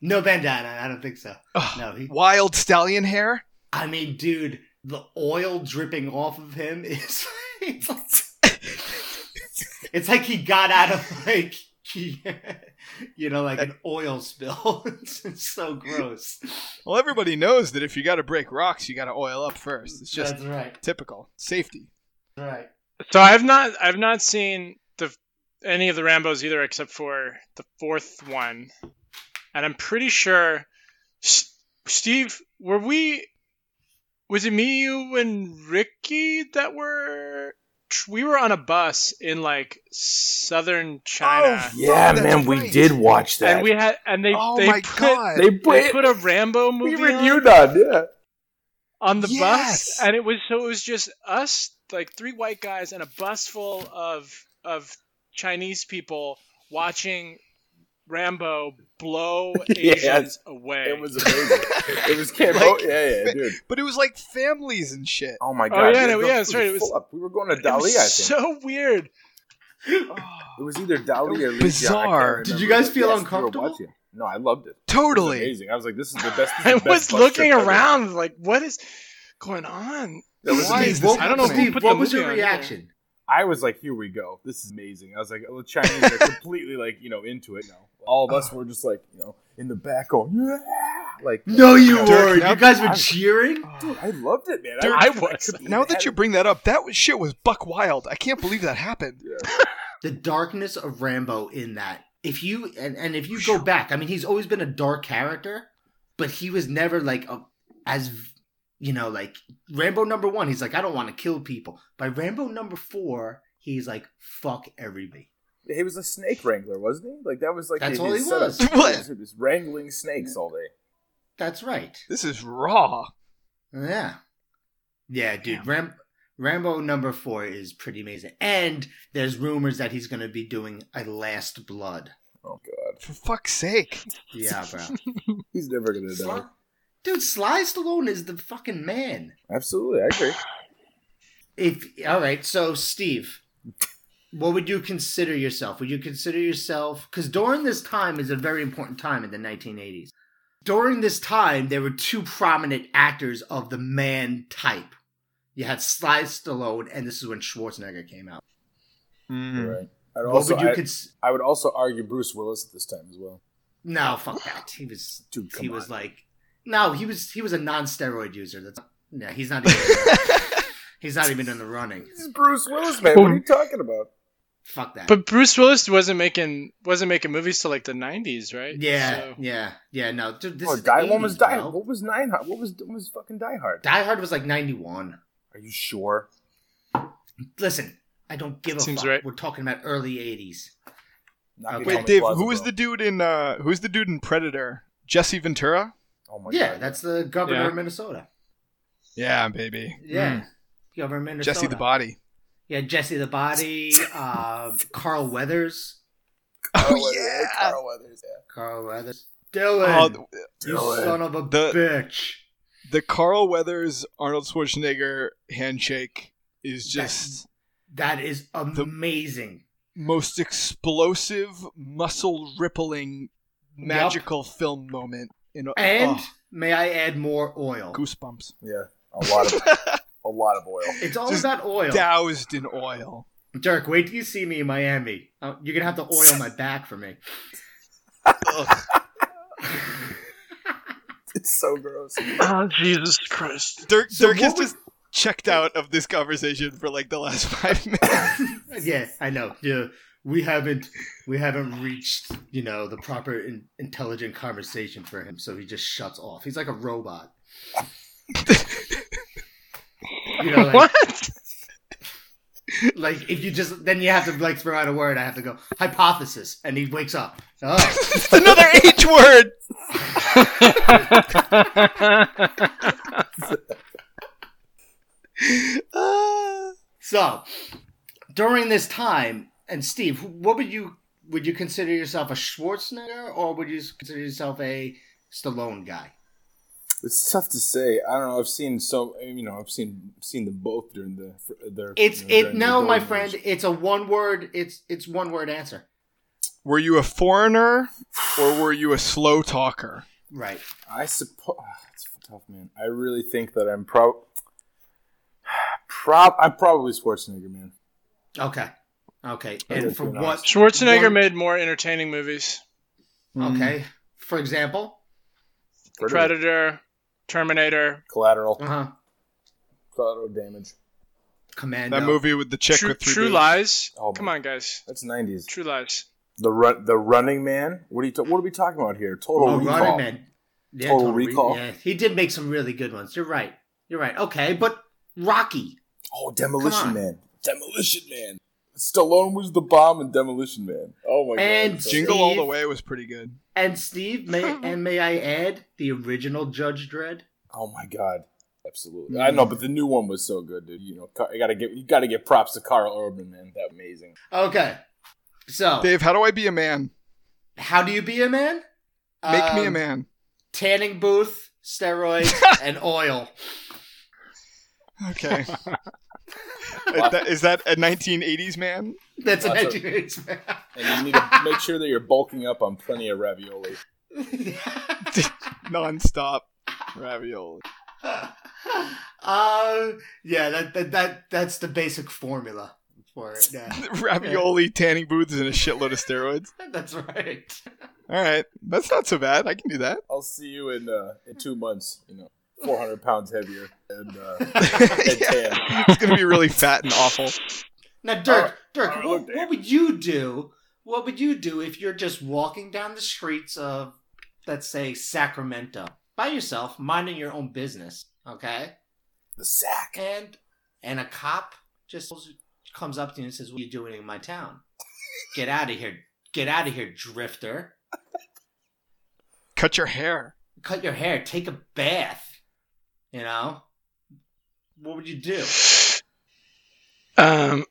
no bandana. I don't think so. Ugh. No, he, Wild stallion hair. I mean, dude, the oil dripping off of him is. It's like, it's like he got out of like. He, you know, like an oil spill. it's so gross. Well, everybody knows that if you got to break rocks, you got to oil up first. It's just That's right. typical safety. That's right. so I've not I've not seen the any of the Rambo's either, except for the fourth one, and I'm pretty sure. S- Steve, were we? Was it me, you, and Ricky that were? We were on a bus in like southern China. Oh, Yeah, That's man, we right. did watch that. and we had and they oh they my put god. they they put, put a Rambo movie we on, reviewed on, yeah. on the Yes. bus, and it was so it was just us like three white guys and a bus full of of Chinese people watching Rambo blow Asians away. It was amazing. it was Cambo. Like- yeah, yeah, dude. but it was like families and shit. Oh my Oh, god. yeah, we no, were yeah, going- that's right, it was- full up. we were going to It Dali, was I think. so weird. It was either Dali or Lee bizarre. Jia, I can't Did you remember, guys but feel yes, we were uncomfortable? watching. No, I loved it. It was Totally. amazing. I was like, this is the best. This is I the best was bus looking trip ever. around like, what is going on? That was Why amazing. is this what, I don't know who Steve, put the what was movie your on here. reaction? I was like, here we go. This is amazing. I was like, oh, the Chinese are completely like, you know, into it now. All of us were just like, you know, in the back going, yeah. Like, No, you Dirk, weren't. now- You guys were I'm- cheering. dude, I loved it, man. Dude, I, I was. could- Now that you bring that up, that was, shit was buck wild. I can't believe that happened. the darkness of Rambo in that. If you and, and if you go back, I mean, he's always been a dark character, but he was never like a, as you know, like Rambo number one. He's like, I don't want to kill people. By Rambo number four, he's like, fuck everybody. he was a snake wrangler, wasn't he? Like that was like That's his- all his he setup. was. He was What? just wrangling snakes all day. That's right. This is raw. Yeah, yeah, dude. Ram, Rambo number four is pretty amazing, and there's rumors that he's going to be doing a Last Blood. Oh god, For fuck's sake. Yeah, bro. he's never gonna die. Sly, dude, Sly Stallone is the fucking man. Absolutely, I agree. If all right, so Steve, what would you consider yourself? Would you consider yourself because during this time is a very important time in the 1980s. During this time, there were two prominent actors of the man type. You had Sly Stallone, and this is when Schwarzenegger came out. Hmm. Right. I'd also, what would you I, cons- I would also argue Bruce Willis at this time as well. No, fuck that. He was Dude, come he was on. like no, he was he was a non-steroid user. That's no, he's not even he's not even in the running. This is Bruce Willis, man. What are you talking about? Fuck that. But Bruce Willis wasn't making wasn't making movies till like the '90s, right? yeah, So- yeah, yeah. No, dude, this Oh, is Die, die what was Die What was Nine Hard? What was, what was fucking Die Hard? Die Hard was like ninety one. Are you sure? Listen, I don't give a Seems fuck. right. We're talking about early eighties. Not Okay. gonna Wait, come Dave, with who is Plaza, the dude in uh who's the dude in Predator? Jesse Ventura? bro. Oh my yeah, God. that's the governor Yeah. of Minnesota. Yeah, baby. Yeah, Mm. governor of Minnesota. Jesse the body. Yeah, Jesse the body. Uh, Carl Weathers. Carl Oh, Weathers, yeah. Carl Weathers, yeah. Carl Weathers. Dylan, Oh, you Dylan. son of a The- bitch. the Carl Weathers Arnold Schwarzenegger handshake is just That is amazing. most explosive, muscle rippling, magical film moment in a, And oh, may I add more oil? goosebumps. Yeah, a lot of a lot of oil. It's all Just about oil. Doused in oil. Dirk, wait till you see me in Miami. Uh, you're gonna have to oil my back for me. It's so gross. Oh Jesus Christ! Dirk, So Dirk what has would- just checked out of this conversation for like the last five minutes. yeah, I know. Yeah, we haven't we haven't reached you know the proper in, intelligent conversation for him, so he just shuts off. He's like a robot. you know, like, What? like if you just then you have to like throw out a word. I have to go hypothesis, and he wakes up. Oh, it's another H word. Ah. so during this time, and Steve, what would you would you consider yourself a Schwarzenegger or would you consider yourself a Stallone guy? It's tough to say. I don't know. I've seen so you know I've seen seen them both during the their. It's you know, it during no, the my golden friend. age. It's a one word. It's it's one word answer. Were you a foreigner or were you a slow talker? Right. I suppose it's tough, man. I really think that I'm prob prob I'm probably Schwarzenegger, man. Okay. Okay. I And would for be what? Schwarzenegger One- made more entertaining movies: Mm. Okay. For example. Predator. Predator, Terminator, Collateral, Uh huh. collateral damage. Commando. That movie with the chick True, with three True boobs. Lies. Oh, Come my- on, guys. That's nineties. True Lies. The run, the Running Man. What are you? Ta- what are we talking about here? Total Oh, Recall. Running Man. Yeah, Total Re- Recall. yeah, he did make some really good ones. You're right. You're right. Okay, but Rocky. Oh, Come Demolition on. Man. Demolition Man. Stallone was the bomb in Demolition Man. Oh my And god. Jing- Jingle All the Steve. Way was pretty good. And Steve, may and may I add the original Judge Dredd? oh my god. Mm-hmm. Absolutely. I know, but the new one was so good, dude. You know, Car- you gotta give you gotta give props to Carl Urban, man. That amazing. Okay. So, Dave, how do I be a man? how do you be a man? Make me a Um, man. Tanning booth, steroids, and oil. Okay. Uh, that- Is that a 1980s man? That's a Lots of- 1980s man. And you need to make sure that you're bulking up on plenty of ravioli. Nonstop ravioli. um, yeah, that, that that that's the basic formula for it. Yeah, ravioli, tanning booths, and a shitload of steroids. that's right. All right. That's not so bad. I can do that. I'll see you in uh, in two months, you know. Four hundred pounds heavier and uh and Yeah. tan. It's going to be really fat and awful. Now, Dirk, Dirk, All right, what, look, Dave. what would you do? What would you do if you're just walking down the streets of, let's say, Sacramento by yourself, minding your own business, okay? The sack. And and a cop just comes up to you and says, "What are you doing in my town? Get out of here! Get out of here, drifter!" Cut your hair. cut your hair, take a bath. You know, what would you do? Um,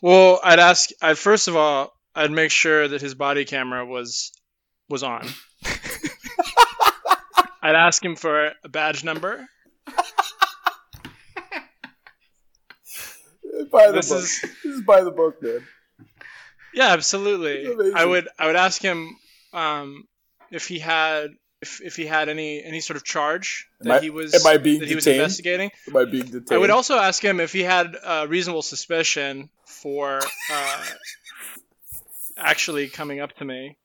well, I'd ask. I first of all, I'd make sure that his body camera was was on. I'd ask him for a badge number. by the This book. is- This is by the book, man. Yeah, absolutely. It's amazing. I would I would ask him um, if he had if, if he had any any sort of charge Am that I- he was am I being that he was detained? investigating. Am I being detained? I would also ask him if he had uh, reasonable suspicion for uh, actually coming up to me.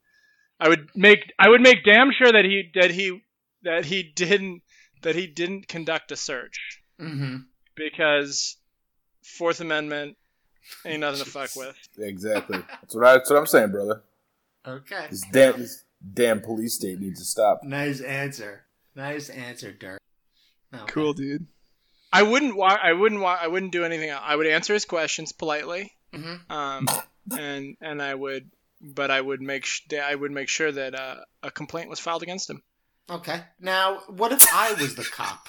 I would make I would make damn sure that he that he that he didn't that he didn't conduct a search hmm because Fourth Amendment ain't nothing to fuck with. exactly. That's what, I, that's what I'm saying, brother. Okay. This damn, this damn police state needs to stop. Nice answer. Nice answer, Dirk. No, Cool, dude. I wouldn't wa- I wouldn't wa- I wouldn't do anything. I would answer his questions politely. Mhm. Um, and and I would, but I would make sh- I would make sure that uh, a complaint was filed against him. Okay. Now, what if I was the cop?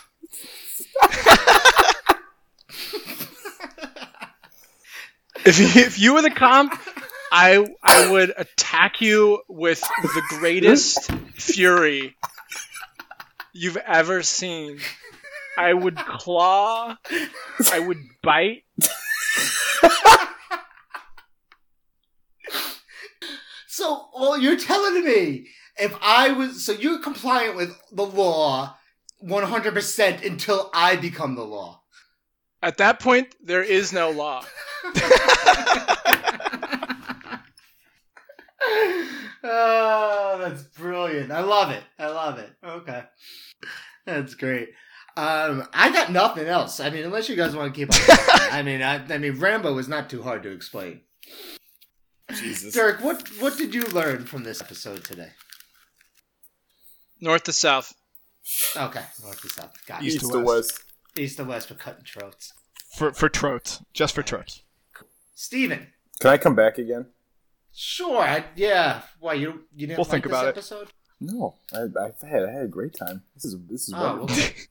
If you, if you were the comp, I I would attack you with the greatest fury you've ever seen. I would claw, I would bite. So, well, you're telling me if I was so you're compliant with the law 100% until I become the law. At that point, there is no law. oh, that's brilliant. I love it. I love it. Okay. That's great. Um, I got nothing else. I mean, unless you guys want to keep on. I mean, I, I mean, Rambo was not too hard to explain. Jesus. Dirk, what what did you learn from this episode today? North to south. Okay, north to south. Got East east, to to west. east to west for cutting throats. For for trotes, just for trotes. Steven, Can I come back again? sure. I, yeah. Why you you didn't We'll like think this about it. episode? No, I, I've had I had a great time. This is this is Oh, wonderful. okay.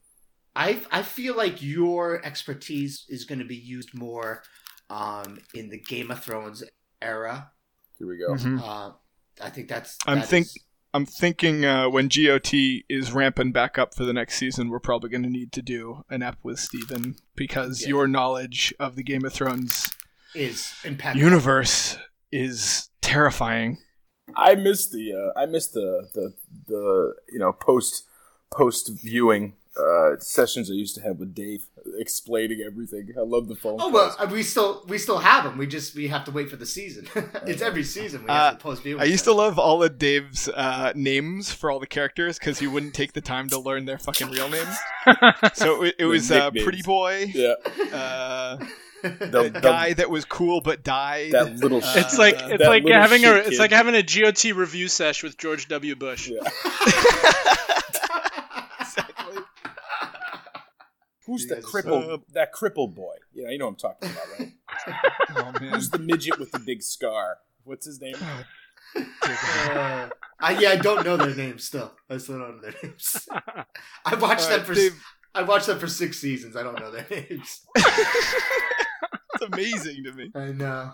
I I feel like your expertise is going to be used more um, in the Game of Thrones era. Here we go. Mhm. Uh, I think that's. I'm that think- is- I'm thinking uh, when GOT is ramping back up for the next season, we're probably going to need to do an app with Steven because Yeah. your knowledge of the Game of Thrones is impeccable. universe is terrifying. I missed the uh, I missed the, the the you know post post viewing uh, sessions I used to have with Dave explaining everything. I love the phone. Oh calls. well, uh, we still we still have them. We just we have to wait for the season. it's every season we have Uh, to post viewing. I used to love all of Dave's uh, names for all the characters because he wouldn't take the time to learn their fucking real names. So it, it was uh, nicknames. Pretty Boy, yeah, uh, the, the- guy that was cool but died. that little Uh, shit. It's like That it's like little having a shit it's kid. like having a GOT review sesh with George W. Bush. Yeah. Who's You the guys are cripple? uh, so- that cripple boy. Yeah, you know what I'm talking about, right? oh man, Who's the midget with the big scar? What's his name? Uh, I, yeah, I don't know their names still. I still don't know their names. I watched them for Dave, I watched them for six seasons. I don't know their names. it's amazing to me. I know.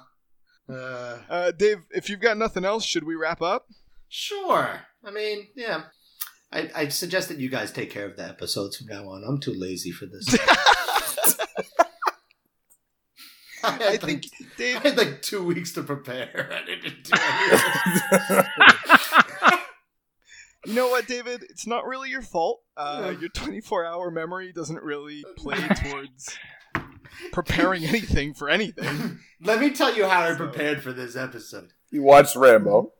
Uh, Uh, Dave, if you've got nothing else, should we wrap up? sure. I mean, yeah. I, I suggest that you guys take care of the episodes from now on. I'm too lazy for this. I, had I think like, Dave. I had like two weeks to prepare. I didn't do anything. You know what, David? It's not really your fault. Uh, Yeah. your 24-hour memory doesn't really play towards preparing anything for anything. Let me tell you how I prepared for this episode. You watched Rambo.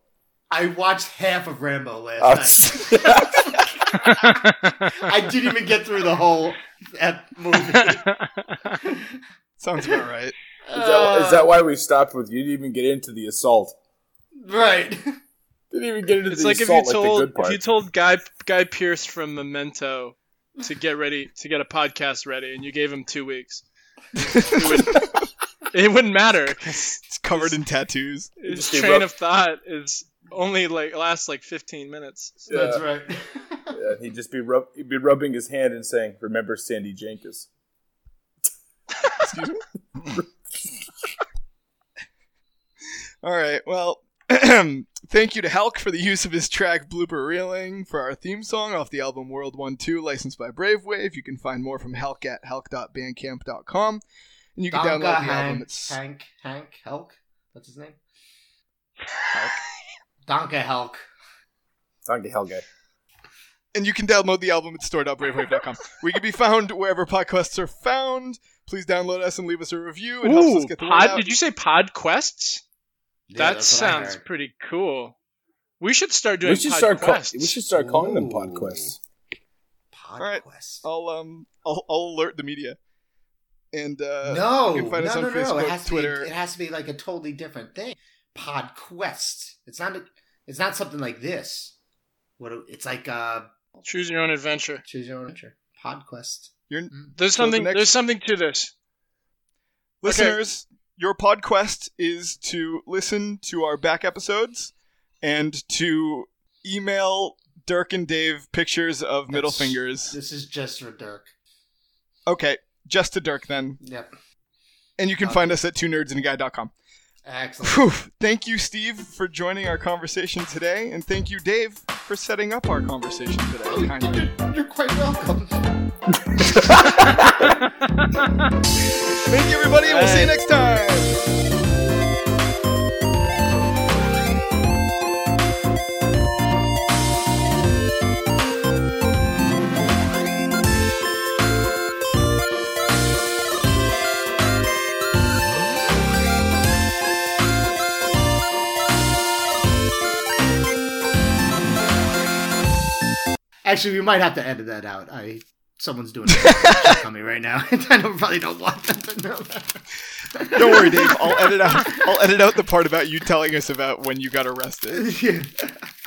I watched half of Rambo last Uh, night. I didn't even get through the whole ep- movie. Sounds about right. Is that, Uh, is that why we stopped with you? Didn't even get into the assault. Uh, right? Didn't even get into It's the like if you assault like the told good part. if you told Guy Guy Pierce from Memento to get ready to get a podcast ready, and you gave him two weeks. It, would, it wouldn't matter. 'cause It's covered in tattoos. His Just gave train up. of thought is only like lasts like 15 minutes. Yeah. That's right. Yeah, he'd just be rub- he'd be rubbing his hand and saying, "Remember Sandy Jenkins." Excuse me. All right. Well, thank you to Halk for the use of his track "Blooper Reeling" for our theme song off the album World One Two, licensed by Brave Wave. You can find more from Halk at halk.bandcamp.com. and you can Donka download the album. Hank, It's Hank, Hank, Helk. What's his name? Helk. Donka Helk. Donkey Helge. and you can download the album at store.bravewave.com. we can be found wherever podcasts are found. Please download us and leave us a review. It helps us Ooh, get the word pod, out. did you say pod quests? Yeah, that that's what I sounds heard. pretty cool. We should start doing We should pod start. Call, quests. we should start calling them Ooh. podquests. right. Podquest. I'll um I'll, I'll alert the media. And uh no, you can find no, us on no, no, Facebook, It has To Twitter. be, it has to be like a totally different thing. Podquest. It's not. It's not something like this. What? do- It's like uh, Choose your own adventure. choose your own adventure. Podquest. your Mm. There's So the something. next- There's something to this. listeners, your pod quest is to listen to our back episodes and to email Dirk and Dave pictures of middle That's- fingers. This is just for Dirk. Okay, just to Dirk then. Yep. And you can Okay. find us at two nerds and a guy.com. Excellent. Whew. Thank you, Steve, for joining our conversation today, and thank you, Dave, for setting up our conversation today. Kindly. You're- you're quite welcome. Thank you, everybody, and we'll see you next time. Actually, we might have to edit that out. I someone's doing a check on me right now. I don't, probably don't want them to know that. Don't worry, Dave. I'll edit out. I'll edit out the part about you telling us about when you got arrested. Yeah.